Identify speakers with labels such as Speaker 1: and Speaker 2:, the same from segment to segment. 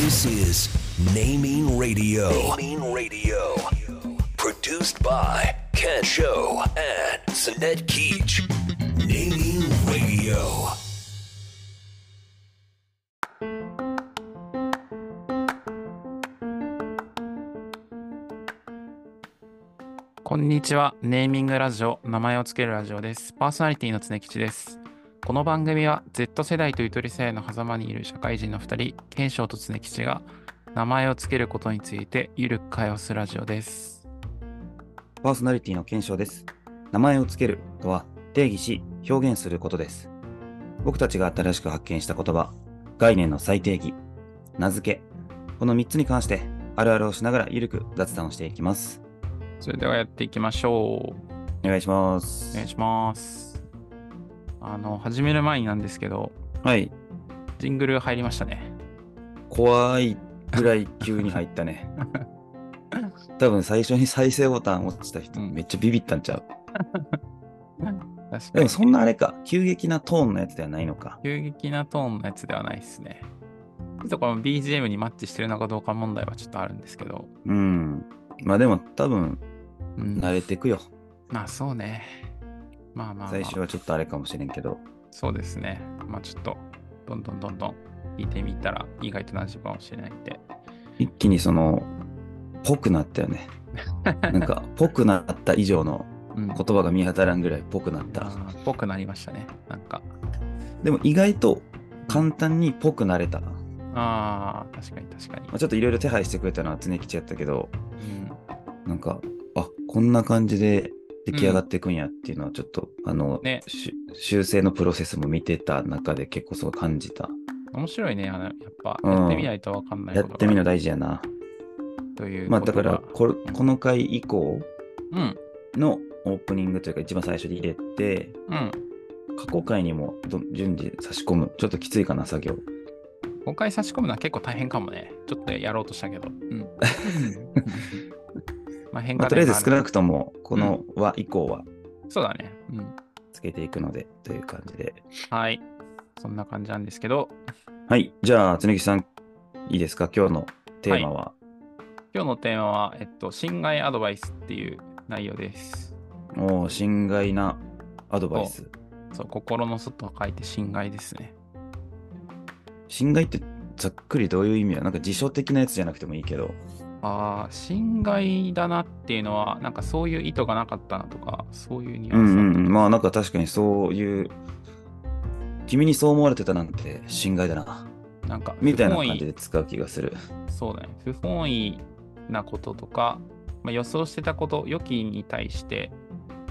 Speaker 1: This is Naming Radio. Naming Radio. Produced by Ken Show and Sinet Keach. Naming Radio.
Speaker 2: こんにちは。ネーミングラジオ、名前をつけるラジオです。パーソナリティの常吉です。この番組は Z 世代とゆとり世代の狭間にいる社会人の2人、賢章と常吉が名前をつけることについてゆるく会話するラジオです。
Speaker 3: パーソナリティの検証です。名前をつけるとは定義し表現することです。僕たちが新しく発見した言葉、概念の再定義、名付け、この3つに関してあるあるをしながらゆるく雑談をしていきます。
Speaker 2: それではやっていきましょう。
Speaker 3: お願いしま
Speaker 2: お
Speaker 3: す
Speaker 2: 願い。します。あの、始める前になんですけど、
Speaker 3: はい。
Speaker 2: ジングル入りましたね。
Speaker 3: 怖いぐらい急に入ったね。多分最初に再生ボタン落ちた人
Speaker 2: うん
Speaker 3: めっちゃビビったんちゃう。
Speaker 2: 確か
Speaker 3: で
Speaker 2: に
Speaker 3: も。そんなあれか、急激なトーンのやつではないのか。
Speaker 2: 急激なトーンのやつではないですね。ちょっとこの BGM にマッチしてるのかどうか問題はちょっとあるんですけど。
Speaker 3: うん。まあでも多分
Speaker 2: うん
Speaker 3: 慣れてくよ。
Speaker 2: まあそうね。まあまあ、まあ、
Speaker 3: 最初はちょっとあれかもしれんけど。
Speaker 2: そうですね。まあちょっと、どんどんどんどん聞いてみたら意外と馴染むかもしれないんで。
Speaker 3: 一気にそのぽくなったよ ねなんかぽくなった以上の
Speaker 2: うん。
Speaker 3: 言葉が見当たらんぐらいぽくなっ
Speaker 2: あ
Speaker 3: た
Speaker 2: ーっぽくなりましたね。なんか、
Speaker 3: でも意外と簡単にぽくなれたま
Speaker 2: ああ、確かに確かに。
Speaker 3: あちょっといろいろ手配してくれたのは常吉やったけど
Speaker 2: うん、
Speaker 3: なんかあこんな感じで出来上がっていくんやっていうのはちょっと、あの、
Speaker 2: ね
Speaker 3: し修正のプロセスも見てた中で結構そう感じた
Speaker 2: 面白いね。あのやっぱ、
Speaker 3: うん
Speaker 2: やってみないとわかんない
Speaker 3: や
Speaker 2: こと
Speaker 3: ってみるの
Speaker 2: だ
Speaker 3: 大事やな
Speaker 2: という
Speaker 3: まあ
Speaker 2: こと
Speaker 3: だ
Speaker 2: が
Speaker 3: からこれこの回以降
Speaker 2: うん、
Speaker 3: のオープニングというか一番最初に入れて
Speaker 2: うん。
Speaker 3: 過去回にもど順次差し込む。ちょっときついかな、作業。
Speaker 2: 今回差し込むのは結構大変かもね。ちょっとやろうとしたけど。 うん。まあ変化、
Speaker 3: まあ、とりあえず少なくとも、この和以降は
Speaker 2: そうだね。うん。
Speaker 3: つけていくので、という感じで。
Speaker 2: はい。そんな感じなんですけど、
Speaker 3: はい。じゃあ、つねぎさん、いいですか今日のテーマは。
Speaker 2: 今日のテーマは、えっと、侵害アドバイスっていう内容です。
Speaker 3: おお、心外なアドバイス。
Speaker 2: そう、心の外を書いて侵害ですね。
Speaker 3: 心外ってざっくりどういう意味やなんか辞書的なやつじゃなくてもいいけど。
Speaker 2: ああ、侵害だなっていうのは、なんかそういう意図がなかったなとか、そういうニュ
Speaker 3: う
Speaker 2: ア
Speaker 3: ん
Speaker 2: ンスだった
Speaker 3: うんうん。まあ、なんか確かにそういう、君にそう思われてたなんて心外だな。
Speaker 2: なんか
Speaker 3: みたいな
Speaker 2: 不本
Speaker 3: 感
Speaker 2: 意
Speaker 3: じで使う気がする。
Speaker 2: そうだね。不本意なこととか、まあ、予想してたこと、予期に対して、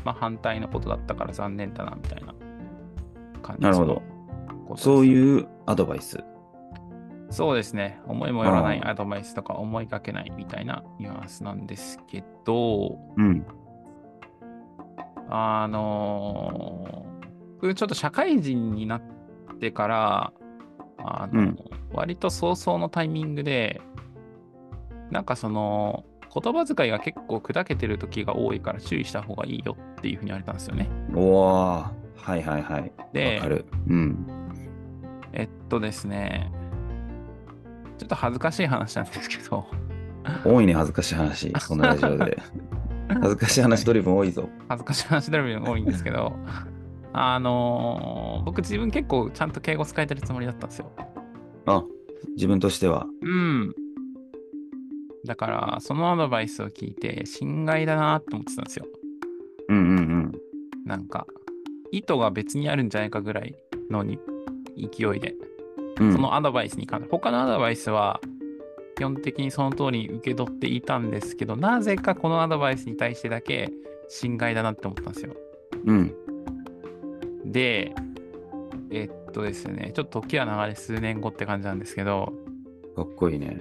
Speaker 2: まあ、反対のことだったから残念だなみたいな感じ
Speaker 3: なるほ
Speaker 2: の
Speaker 3: ど。
Speaker 2: ことです
Speaker 3: そういうアドバイス。
Speaker 2: そうですね。思いもよらない
Speaker 3: うん
Speaker 2: アドバイスとか思いがけないみたいなニュアンスなんですけど、
Speaker 3: うん。
Speaker 2: あのー僕ちょっと社会人になってから、あの
Speaker 3: うん
Speaker 2: 割と早々のタイミングで、なんかその、言葉遣いが結構砕けてる時が多いから注意した方がいいよっていうふうに言われたんですよね。
Speaker 3: おーはいはいはい。
Speaker 2: で
Speaker 3: わか、る。うん。
Speaker 2: えっとですね、ちょっと恥ずかしい話なんですけど、
Speaker 3: 多いね、恥ずかし い話。このラジオで。恥ずかしい話ドリブン多いぞ。
Speaker 2: 恥ずかしい話だらけが多いんですけど、あのー僕自分結構ちゃんと敬語使えてるつもりだったんですよ。
Speaker 3: あ、自分としては。
Speaker 2: うん。だから、そのアドバイスを聞いて、侵害だなって思ってたんですよ。
Speaker 3: うんうん
Speaker 2: なんか、意図が別にあるんじゃないかぐらいのに勢いで、
Speaker 3: うん。うん、
Speaker 2: そのアドバイスに関して、他のアドバイスは、基本的にその通りに受け取っていたんですけど、なぜかこのアドバイスに対してだけ侵害だなって思ったんですよ。
Speaker 3: うん。
Speaker 2: で、えっとですね、ちょっと時は流れ数年後って感じなんですけど、
Speaker 3: かっこいいね。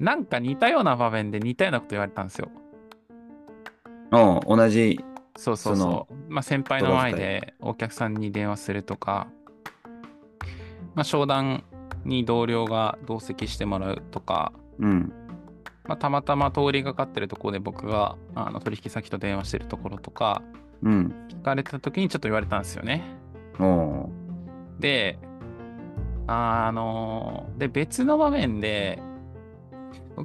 Speaker 2: なんか似たような場面で似たようなこと言われたんですよ。
Speaker 3: うん、同じ。
Speaker 2: そうそう
Speaker 3: そ
Speaker 2: そ
Speaker 3: の
Speaker 2: う。まあ先輩の前でお客さんに電話するとか、まあ商談に同僚が同席してもらうとか、
Speaker 3: うん。
Speaker 2: まあ、たまたま通りがかってるところで僕があの取引先と電話してるところとか、
Speaker 3: うん。
Speaker 2: 聞かれた時にちょっと言われたんですよね。
Speaker 3: おー
Speaker 2: で、あのーで、別の場面で、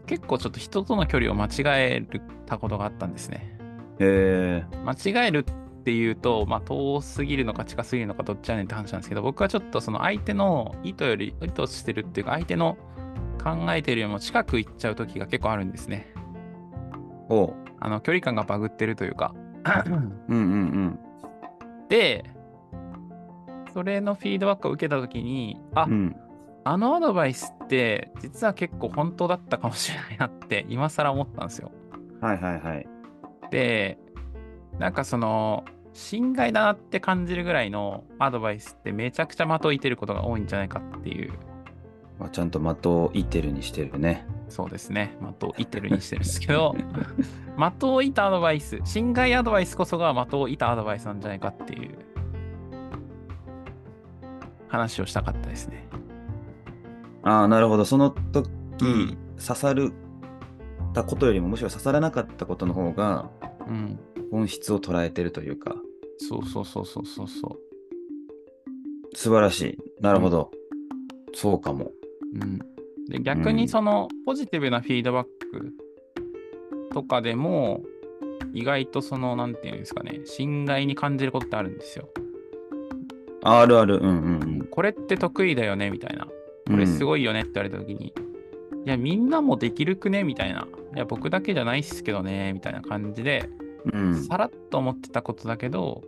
Speaker 2: 結構ちょっと人との距離を間違えたことがあったんですね。
Speaker 3: え
Speaker 2: 間違えるっていうと、まあ、遠すぎるのか近すぎるのかどっちやねんって話なんですけど僕はちょっとその相手の意図より意図してるっていうか相手の考えてるよりも近く行っちゃう時が結構あるんですね
Speaker 3: ー、おう。
Speaker 2: あの距離感がバグってるというか
Speaker 3: うんうん
Speaker 2: でそれのフィードバックを受けた時にあ、
Speaker 3: うん。うん。
Speaker 2: あのアドバイスって実は結構本当だったかもしれないなって今更思ったんですよ
Speaker 3: はいはいはい。
Speaker 2: でなんかその侵害だなって感じるぐらいのアドバイスってめちゃくちゃ的をいてることが多いんじゃないかっていう
Speaker 3: まあ、ちゃんと的を射てるにしてるね。
Speaker 2: そうですね的をいてるにしてるんですけど的をいたアドバイス侵害アドバイスこそが的をいたアドバイスなんじゃないかっていう話をしたかったですね。
Speaker 3: ああ、なるほど。その時、
Speaker 2: うん
Speaker 3: 刺さるたことよりも、むしろ刺さらなかったことの方が、
Speaker 2: うん、
Speaker 3: 本質を捉えてるというか、
Speaker 2: そうそうそうそうそうそう。
Speaker 3: 素晴らしい。なるほど。そうかも。
Speaker 2: うん、で逆にそのポジティブなフィードバックとかでも意外とその何て言うんですかね侵害に感じることってあるんですよ。
Speaker 3: あるある。うんうん
Speaker 2: これって得意だよねみたいなこ
Speaker 3: うん。
Speaker 2: れす
Speaker 3: い。
Speaker 2: ごいよねって言われた時に、いやみんなもできるくねみたいないや僕だけじゃないっすけどねみたいな感じで
Speaker 3: うん。
Speaker 2: さらっと思ってたことだけど、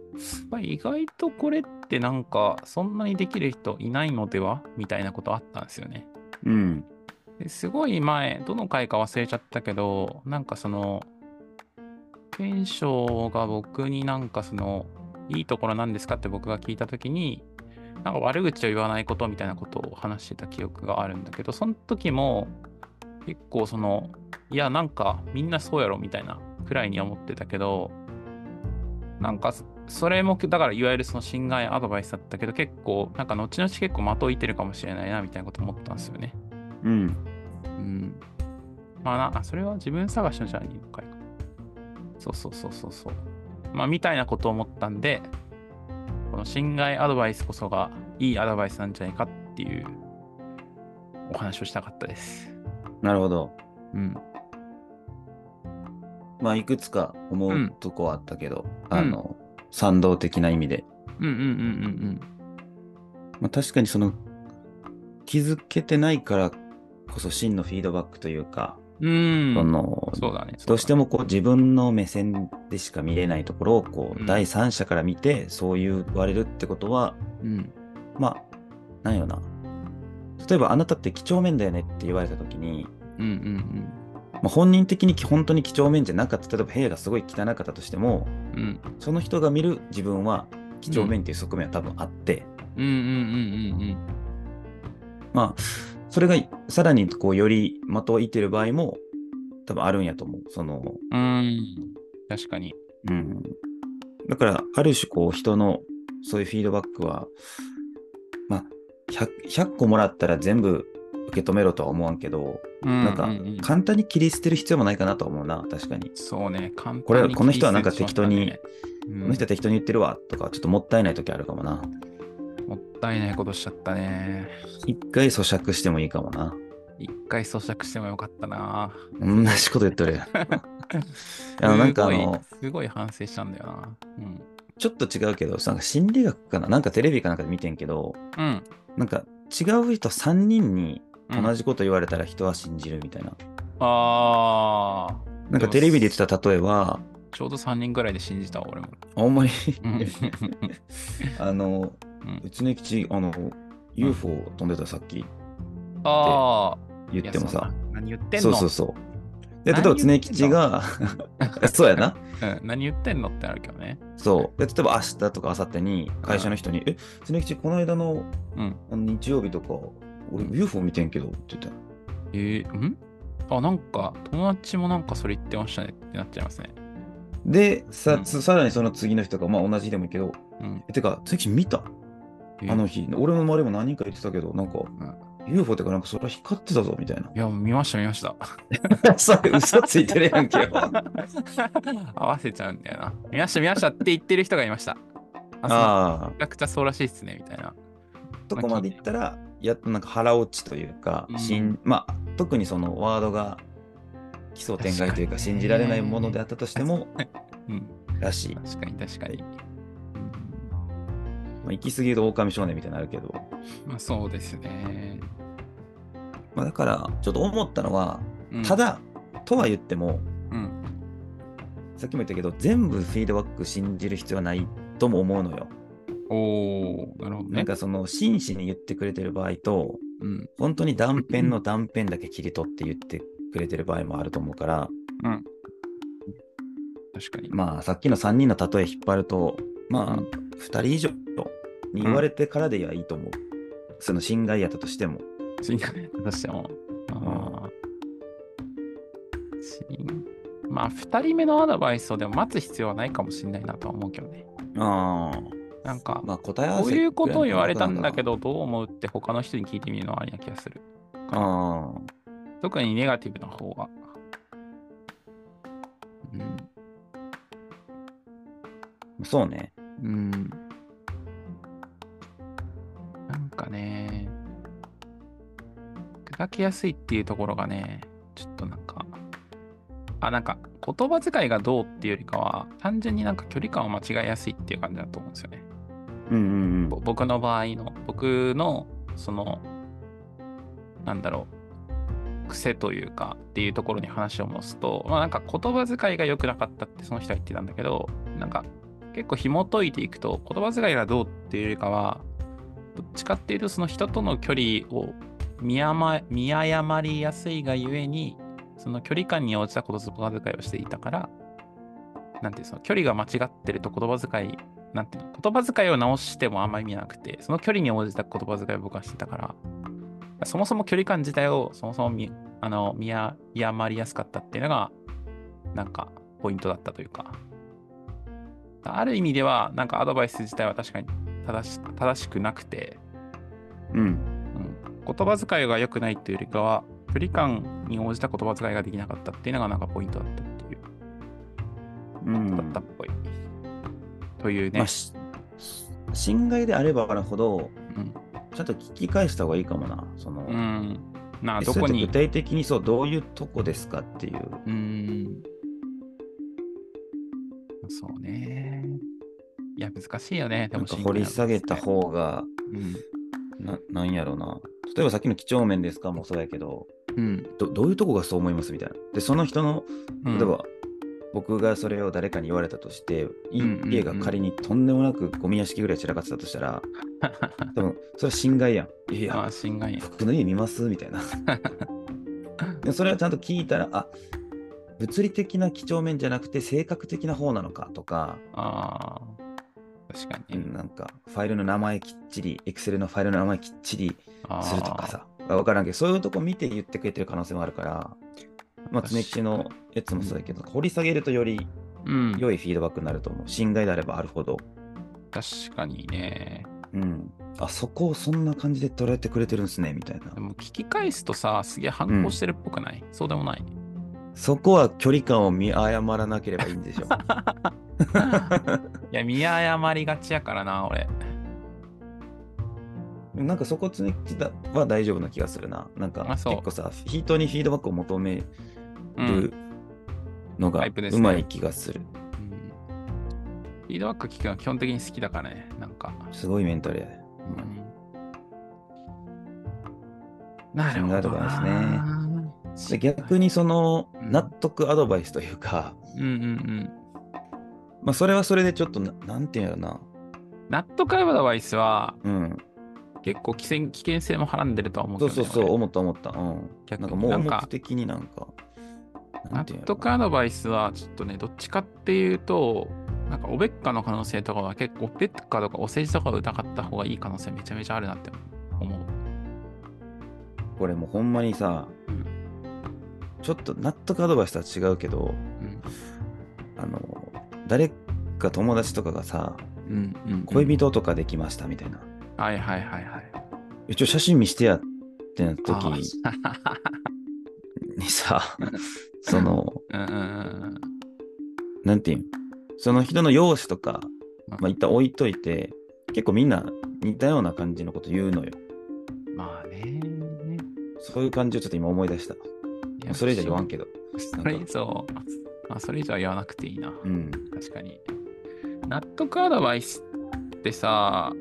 Speaker 2: まあ、意外とこれってなんかそんなにできる人いないのではみたいなことあったんですよね。
Speaker 3: うん。
Speaker 2: ですごい前、どの回か忘れちゃったけど、なんかその、賢章が僕になんかその、いいところなんですかって僕が聞いたときに、なんか悪口を言わないことみたいなことを話してた記憶があるんだけど、その時も結構その、いや、なんかみんなそうやろみたいなくらいには思ってたけど、なんかそそれも、だからいわゆるその侵害アドバイスだったけど、結構、なんか後々結構的を射てるかもしれないなみたいなこと思ったんですよね。
Speaker 3: うん。
Speaker 2: うん。まあな、あそれは自分探しのジャーニーの回か。そうそうそうそうそう。まあ、みたいなことを思ったんで、この侵害アドバイスこそがいいアドバイスなんじゃないかっていうお話をしたかったです。
Speaker 3: なるほど。
Speaker 2: うん。
Speaker 3: まあ、いくつか思うんうとこはあったけど、
Speaker 2: うん
Speaker 3: あの、賛同的な意味で。
Speaker 2: うんうんうん
Speaker 3: まあ、確かにその、気づけてないからこそ真のフィードバックというか、
Speaker 2: うんうん。
Speaker 3: そ
Speaker 2: うん。
Speaker 3: の、
Speaker 2: そうだね。
Speaker 3: どうして
Speaker 2: も。
Speaker 3: もこう自分の目線でしか見れないところをこ
Speaker 2: うん
Speaker 3: う第三者から見てそう言われるってことは、
Speaker 2: うん。
Speaker 3: まあ、なんよな。例えばあなたって几帳面だよねって言われた時に、
Speaker 2: うんうん
Speaker 3: まあ、本人的に本当に几帳面じゃなかった、例えば部屋がすごい汚かったとしても、
Speaker 2: うん。うん。
Speaker 3: その人が見る自分は几帳面っていう側面は多分あって、
Speaker 2: うんうんうんうん
Speaker 3: まあ、それがさらにこうより的を射てる場合も多分あるんやと思う。その、
Speaker 2: うん。うん。確かに。
Speaker 3: うん。だから、ある種、こう、人の、そういうフィードバックは、まあ、100, 100個もらったら全部受け止めろとは思わんけど、
Speaker 2: うん
Speaker 3: なんか
Speaker 2: うう、
Speaker 3: 簡単に切り捨てる必要もないかなと思うな、確かに。
Speaker 2: そうね、簡単に
Speaker 3: これこの人はなんか
Speaker 2: 切り捨ててしまったね、
Speaker 3: こ
Speaker 2: こ
Speaker 3: の人は適当に言ってるわ、とか、ちょっともったいない時あるかもな。
Speaker 2: もったいないことしちゃったね。
Speaker 3: 一回咀嚼してもいいかもな。
Speaker 2: 一回咀嚼してもよかったな。
Speaker 3: 同じこと言っ とる。あのなんかあの
Speaker 2: すごい、すごい反省したんだよな。うん。
Speaker 3: ちょっと違うけど、なんか心理学かななんかテレビかなんかで見てんけど、
Speaker 2: うん。
Speaker 3: なんか違う人3人に
Speaker 2: うん
Speaker 3: 同じこと言われたら人は信じるみたいな。
Speaker 2: ああ。
Speaker 3: なんかテレビで言ってた例えは、
Speaker 2: ちょうど3人ぐらいで信じたわ俺も。
Speaker 3: あんまり
Speaker 2: うん。
Speaker 3: あの、
Speaker 2: うん
Speaker 3: うちの基地、あの、UFO 飛んでたさっき
Speaker 2: ああ。
Speaker 3: 言っても
Speaker 2: いや。
Speaker 3: さ
Speaker 2: そ。んな何言ってんの
Speaker 3: そうそうそう。で、例えば、
Speaker 2: 何言ってんの
Speaker 3: 常 吉が、そうやな。
Speaker 2: うん、何言ってんのってあるけどね。
Speaker 3: そう。で、例えば、明日とか明後日に、会社の人に、え、常吉、この間の
Speaker 2: うん。
Speaker 3: あの日曜日とか、俺、UFO 見てんけど、って言ったら
Speaker 2: えー、んあ、なんか友達もなんかそれ言ってましたねってなっちゃいますね。
Speaker 3: で、さ、
Speaker 2: うん
Speaker 3: つさらにその次の日とか、まあ、同じ日でもいいけど、
Speaker 2: うん。
Speaker 3: えてか、常吉見た
Speaker 2: えー
Speaker 3: あの日。俺の周りも何人か言ってたけど、なんか、UFO ってか、なんか、それは光ってたぞ、みたい な。
Speaker 2: いや、見ました見ました。
Speaker 3: それ嘘ついてるや んけよ。
Speaker 2: 合わせちゃうんだよな。見ました見ましたって言ってる人がいました。あ、そう
Speaker 3: あ
Speaker 2: めちゃくちゃそうらしいっすね、みたいな。
Speaker 3: あ。とこまで行ったら、やっとなんか腹落ちというか、
Speaker 2: うん
Speaker 3: しんまあ、特にそのワードが奇想天外というか
Speaker 2: 確かに
Speaker 3: 信じられないものであったとしても、
Speaker 2: うん、
Speaker 3: らしい。ま
Speaker 2: 確かに確かに。
Speaker 3: あ、行き過ぎると狼少年みたいになるけど、
Speaker 2: まあそうですね。
Speaker 3: まあ、だからちょっと思ったのは、
Speaker 2: うん
Speaker 3: た、だ、とは言っても、
Speaker 2: うん、
Speaker 3: さっきも言ったけど、全部フィードバック信じる必要はないとも思うのよ。
Speaker 2: おー、なるほどね。
Speaker 3: なんかその真摯に言ってくれてる場合と、
Speaker 2: うん、
Speaker 3: 本当に断片の断片だけ切り取って言ってくれてる場合もあると思うから、
Speaker 2: うん。確かに。
Speaker 3: まあさっきの3人の例え引っ張ると、まあ
Speaker 2: うん
Speaker 3: 2人以上に言われてからではいいと思う。その侵害やったとしても。
Speaker 2: 次がね、出しても。あー次まあ、2人目のアドバイスをでも待つ必要はないかもしれないなとは思うけどね。
Speaker 3: あ
Speaker 2: なんか、
Speaker 3: まあ答え合わせ
Speaker 2: こういうことを言われたんだけ
Speaker 3: ど。
Speaker 2: ど、どう思うって他の人に聞いてみるのはありな気がする。
Speaker 3: ああ。
Speaker 2: 特にネガティブな方は。うん。
Speaker 3: そうね。
Speaker 2: うん。なんかね、砕けやすいっていうところがね、ちょっとなんか、あ、なんか言葉遣いがどうっていうよりかは、単純になんか距離感を間違えやすいっていう感じだと思うんですよね。
Speaker 3: うんうん
Speaker 2: ぼ僕の場合の、僕の、その、なんだろう、癖というかっていうところに話を持つと、まあなんか言葉遣いが良くなかったってその人は言ってたんだけど、なんか結構紐解いていくと言葉遣いがどうっていうよりかはどっちかっていうとその人との距離を見誤見誤りやすいがゆえにその距離感に応じた言葉遣いをしていたからなんていうのその距離が間違ってると言葉遣いなんていうの言葉遣いを直してもあんま意味なくてその距離に応じた言葉遣いを僕はしてたからそもそも距離感自体をそもそも見あの見や見誤りやすかったっていうのがなんかポイントだったというかある意味では、なんかアドバイス自体は確かに正し正しくなくて、
Speaker 3: うん。うん。
Speaker 2: うん、言葉遣いが良くないというよりかは、距離感に応じた言葉遣いができなかったっていうのがなんかポイントだったっていう、
Speaker 3: うん。
Speaker 2: だったっぽい。というね。
Speaker 3: まあ、し侵害であればあるほど、
Speaker 2: うん
Speaker 3: ちゃんと聞き返した方がいいかもな。その、
Speaker 2: うん。なあ、
Speaker 3: え
Speaker 2: ど
Speaker 3: そ
Speaker 2: こ
Speaker 3: れって
Speaker 2: に
Speaker 3: 具。体的にそう、どういうとこですかっていう。
Speaker 2: うん。そうね。いや、難しいよね。で
Speaker 3: なん
Speaker 2: も
Speaker 3: か掘り下げた方が、
Speaker 2: うん。
Speaker 3: ななんやろうな。例えばさっきの几帳面ですかもそうやけど
Speaker 2: うん。
Speaker 3: ど、どういうとこがそう思いますみたいな。で、その人の、
Speaker 2: うん
Speaker 3: 例えば、僕がそれを誰かに言われたとして、い
Speaker 2: うんうんうん
Speaker 3: 家が仮にとんでもなくゴミ屋敷ぐらい散らかってたとした ら、多分それは侵害やん。い
Speaker 2: あ
Speaker 3: や
Speaker 2: あ、、心外や。
Speaker 3: 服の家見ますみた いな。でそれはちゃんと聞いたら、あ物理的な几帳面じゃなくて性格的な方なのかとか、
Speaker 2: ああ。確か
Speaker 3: う
Speaker 2: にね。
Speaker 3: んなんかファイルの名前きっちり、Excel のファイルの名前きっちりするとかさ、分からんけど、そういうとこ見て言ってくれてる可能性もあるから、ま
Speaker 2: 確
Speaker 3: あ、
Speaker 2: か
Speaker 3: 常
Speaker 2: に
Speaker 3: 吉のやつもそうだけど、掘り下げるとより
Speaker 2: あー。うん。
Speaker 3: 良いフィードバックになると思う。侵害であればあるほど、
Speaker 2: 確かにね。
Speaker 3: うん、あそこをそんな感じで捉えてくれてるんですね、みたいな
Speaker 2: で。も聞き返すとさ、すげえ反抗してるっぽくない、そうでもない。
Speaker 3: そこは距離感を見誤らなければいいんでしょ。
Speaker 2: いや、見誤りがちやからな、俺。
Speaker 3: でもなんかそこ常吉だは大丈夫な気がするな。なんか
Speaker 2: あ
Speaker 3: 結
Speaker 2: そう
Speaker 3: 構さ、人にフィードバックを求め
Speaker 2: う
Speaker 3: る
Speaker 2: ん。
Speaker 3: のが
Speaker 2: タイプです
Speaker 3: う
Speaker 2: ね
Speaker 3: まい気がする。
Speaker 2: うんフィードバック聞くのは基本的に好きだからね、なんか。
Speaker 3: すごいメンタルやね。
Speaker 2: うんなるほどな。
Speaker 3: そんなアで逆
Speaker 2: に。
Speaker 3: にその
Speaker 2: うん
Speaker 3: 納得アドバイスというか、
Speaker 2: うんうんうん。
Speaker 3: まあそれはそれでちょっとな、なんていうんやろな。
Speaker 2: 納得アドバイスは
Speaker 3: うん。
Speaker 2: 結構危険危険性もはらんでるとは思うけ
Speaker 3: そう
Speaker 2: ど、ね。
Speaker 3: そうそう、
Speaker 2: 俺
Speaker 3: 思った思った。うん。
Speaker 2: 逆
Speaker 3: なん
Speaker 2: に
Speaker 3: か盲
Speaker 2: なん
Speaker 3: 目
Speaker 2: か
Speaker 3: 的になんか、な
Speaker 2: 納
Speaker 3: んていうんやろ
Speaker 2: 得アドバイスはちょっとね、どっちかっていうと、なんかおべっかの可能性とかは結構、おべっかとかお世辞とかを疑った方がいい可能性めちゃめちゃあるなって思う。
Speaker 3: これもうほんまにさ、
Speaker 2: うん
Speaker 3: ちょっと納得アドバイスとは違うけど、
Speaker 2: うん。
Speaker 3: あの、誰か友達とかがさ、
Speaker 2: うん。うんうん
Speaker 3: 恋。人とかできましたみたいな。
Speaker 2: はいはいはいはい。
Speaker 3: 一応写真見してやってなった時に
Speaker 2: あ
Speaker 3: にさ、 その、
Speaker 2: ー うんうんうん
Speaker 3: なんていうんその人の容姿とか、まあ、一旦置いといて、結構みんな似たような感じのこと言うのよ。
Speaker 2: うん。まえー
Speaker 3: そういう感じをちょっと今思い出した。も
Speaker 2: いうや
Speaker 3: それ以上言わんけど。
Speaker 2: それ以上、まあ、それ以上は言わなくていいな。
Speaker 3: うん。
Speaker 2: 確かに。納得アドバイスってさ、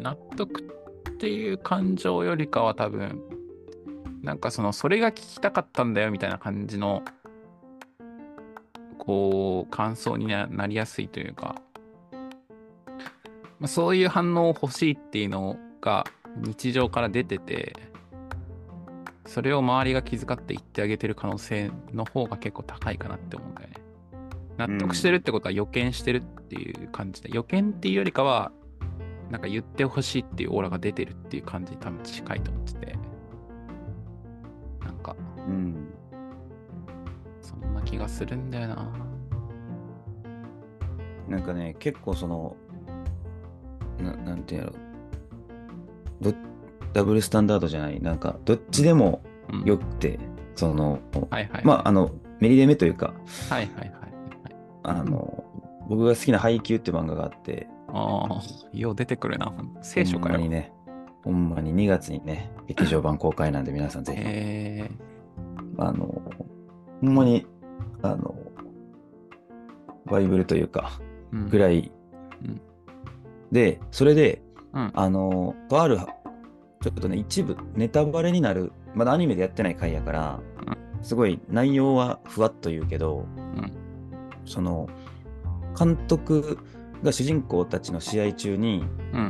Speaker 2: 納得っていう感情よりかは多分、なんかその、それが聞きたかったんだよみたいな感じの、こう、感想にななりやすいというか、まあ、そういう反応を欲しいっていうのが日常から出てて、それを周りが気遣って言ってあげてる可能性の方が結構高いかなって思うんだよね。納得してるってことは予見してるっていう感じで、予見っていうよりかは、なんか言ってほしいっていうオーラが出てるっていう感じに多分近いと思ってて、なんか
Speaker 3: うん。
Speaker 2: そんな気がするんだよな。
Speaker 3: なんかね、結構その、ななんていうのど、ダブルスタンダードじゃない、なんか、どっちでも
Speaker 2: うん、
Speaker 3: よくて、その、
Speaker 2: はいはい。
Speaker 3: まあ、あの、メリデメというか、
Speaker 2: はいはいはいはい。
Speaker 3: あの、僕が好きな配給って漫画があって、
Speaker 2: ああ、よう出てくるな。聖書か
Speaker 3: ほんまに
Speaker 2: よ。
Speaker 3: ね、ほんまに2月にね、劇場版公開なんで皆さんぜひ、
Speaker 2: え
Speaker 3: あの、ほんまに、あの、バイブルというか、
Speaker 2: ー、うん
Speaker 3: ぐらい、
Speaker 2: うん
Speaker 3: で、それで、
Speaker 2: うん
Speaker 3: あの、とある、ちょっとね、一部、ネタバレになる、まだアニメでやってない回やから、すごい内容はふわっと言うけど、
Speaker 2: ん
Speaker 3: その、監督が主人公たちの試合中に、
Speaker 2: うん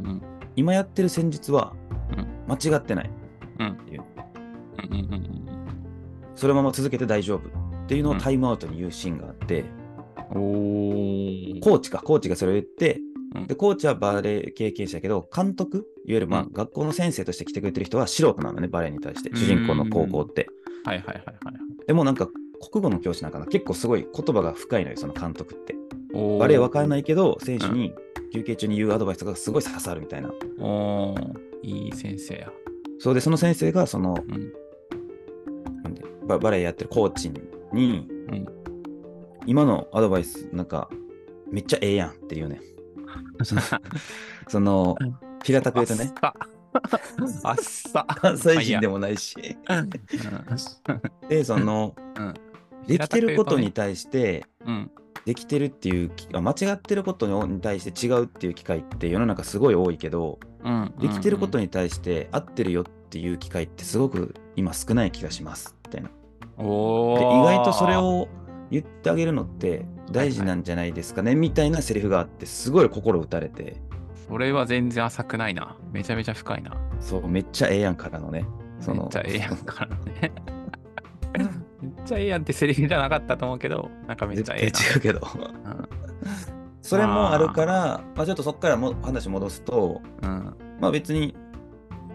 Speaker 2: うんうん
Speaker 3: 今やってる戦術は
Speaker 2: うん
Speaker 3: 間違ってない。
Speaker 2: うんうんうん
Speaker 3: そのまま続けて大丈夫っていうのをタイムアウトに言うシーンがあって、
Speaker 2: うん。おー。
Speaker 3: コーチか、コーチがそれを言って
Speaker 2: うん、
Speaker 3: で、コーチはバレエ経験者やけど、監督、いわゆるまあ
Speaker 2: うん
Speaker 3: 学校の先生として来てくれてる人は素人なのね、バレエに対して、主人公の高校って。
Speaker 2: はいはいはいはい。
Speaker 3: でもなんか、国語の教師なんかな、結構すごい言葉が深いのよ、その監督って。
Speaker 2: おー
Speaker 3: バレエわからないけど、選手に休憩中に言うアドバイスがすごい刺さるみたいな。
Speaker 2: おーいい先生や。
Speaker 3: そうで、その先生が、その、
Speaker 2: うん。
Speaker 3: なんでババレエやってるコーチに、
Speaker 2: ん
Speaker 3: 今のアドバイスなんかめっちゃええやんって 言うねんそのその
Speaker 2: うん
Speaker 3: 平たく言うとね
Speaker 2: あっさ。あっさ。
Speaker 3: 関西人でもないし
Speaker 2: うん。
Speaker 3: でその、
Speaker 2: うん
Speaker 3: できてることに対して
Speaker 2: うん。
Speaker 3: できてるっていうきあ間違ってることに対して違うっていう機会って世の中すごい多いけど
Speaker 2: うん。
Speaker 3: できてること
Speaker 2: に。
Speaker 3: に対して合ってるよっていう機会ってすごく今少ない気がしますみたいな
Speaker 2: お
Speaker 3: で
Speaker 2: ー
Speaker 3: 意外とそれ。を言ってあげるのって大事なんじゃないですかね、みたいなセリフがあってすごい心打たれて
Speaker 2: それは全然浅くないな。めちゃめちゃ深いな。
Speaker 3: そうめっちゃええやんからのねそ
Speaker 2: めっ
Speaker 3: の
Speaker 2: ちゃええやんからね。 めっちゃええやんってセリフじゃなかったと思うけど、なんかめっ
Speaker 3: 絶
Speaker 2: ちゃ
Speaker 3: 対
Speaker 2: ええ
Speaker 3: 違うけど
Speaker 2: な。
Speaker 3: それもあるからまあ、ちょっとそっからも話戻すと
Speaker 2: うん
Speaker 3: まあ別に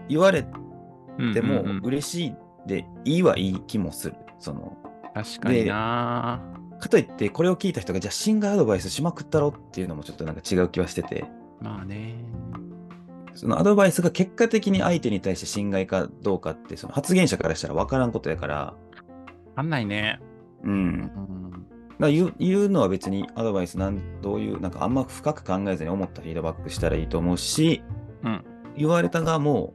Speaker 3: 言われ
Speaker 2: うん。
Speaker 3: ても
Speaker 2: うんうんうん
Speaker 3: 嬉しいでいいはいい気もするその
Speaker 2: 確かにな。
Speaker 3: かといってこれを聞いた人がじゃあシンガーアドバイスしまくったろっていうのもちょっとなんか違う気はしてて
Speaker 2: まあね。
Speaker 3: そのアドバイスが結果的に相手に対して侵害かどうかって、その発言者からしたら分からんことやから、
Speaker 2: わかんないね。
Speaker 3: うん。だか
Speaker 2: うん。
Speaker 3: ら言う言うのは別にアドバイスなん、どういう、なんかあんま深く考えずに思ったフィードバックしたらいいと思うし、
Speaker 2: うん
Speaker 3: 言われた側も、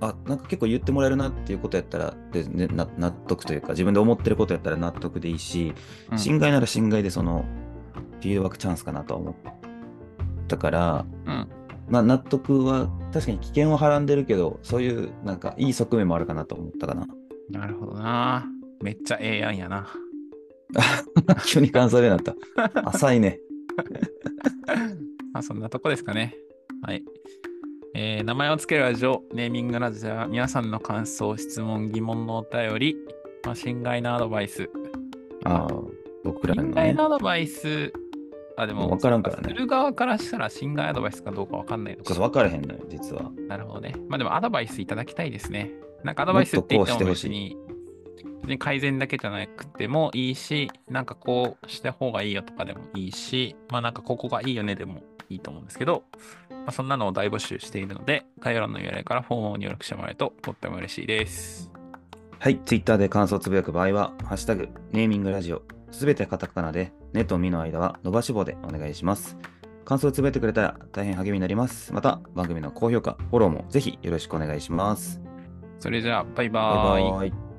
Speaker 3: あ、なんか結構言ってもらえるなっていうことやったら、でねな納得というか、自分で思ってることやったら納得でいいし、
Speaker 2: うん
Speaker 3: 侵害なら侵害でその、フィードバックチャンスかなとは思ったから、
Speaker 2: うん。
Speaker 3: まあ、納得は確かに危険をはらんでるけど、そういうなんかいい側面もあるかなと思った かな。
Speaker 2: なるほどな。めっちゃええやんやな。
Speaker 3: 急に関西弁になった。浅いね。
Speaker 2: まあそんなとこですかね。はい。えー名前をつけるラジオ、ネーミングラジオでは皆さんの感想、質問、疑問のお便り、まあ、侵害なアドバイス。
Speaker 3: ああ、僕らの
Speaker 2: 侵害
Speaker 3: ね。
Speaker 2: なアドバイス、あ、でも、
Speaker 3: わからんからね
Speaker 2: する側からしたら侵害アドバイスかどうかわかんないの
Speaker 3: そ
Speaker 2: か
Speaker 3: うそう、。分からへんのよ、実は。
Speaker 2: なるほどね。まあでもアドバイスいただきたいですね。なんかアドバイスって言っても
Speaker 3: もっとこうして
Speaker 2: 別に、別に改善だけじゃなくてもいいし、なんかこうした方がいいよとかでもいいし、まあなんかここがいいよねでもいいと思うんですけど、まあ、そんなのを大募集しているので、概要欄の URL からフォームを入力してもらえるととっても嬉しいです。
Speaker 3: はい、Twitter で感想をつぶやく場合は、ハッシュタグ、ネーミングラジオ、すべてカタカナで、ネとミの間は伸ばし棒でお願いします。感想をつぶやいてくれたら大変励みになります。また、番組の高評価、フォローもぜひよろしくお願いします。
Speaker 2: それじゃあ、バイ
Speaker 3: バ
Speaker 2: バーイ。
Speaker 3: イバイ。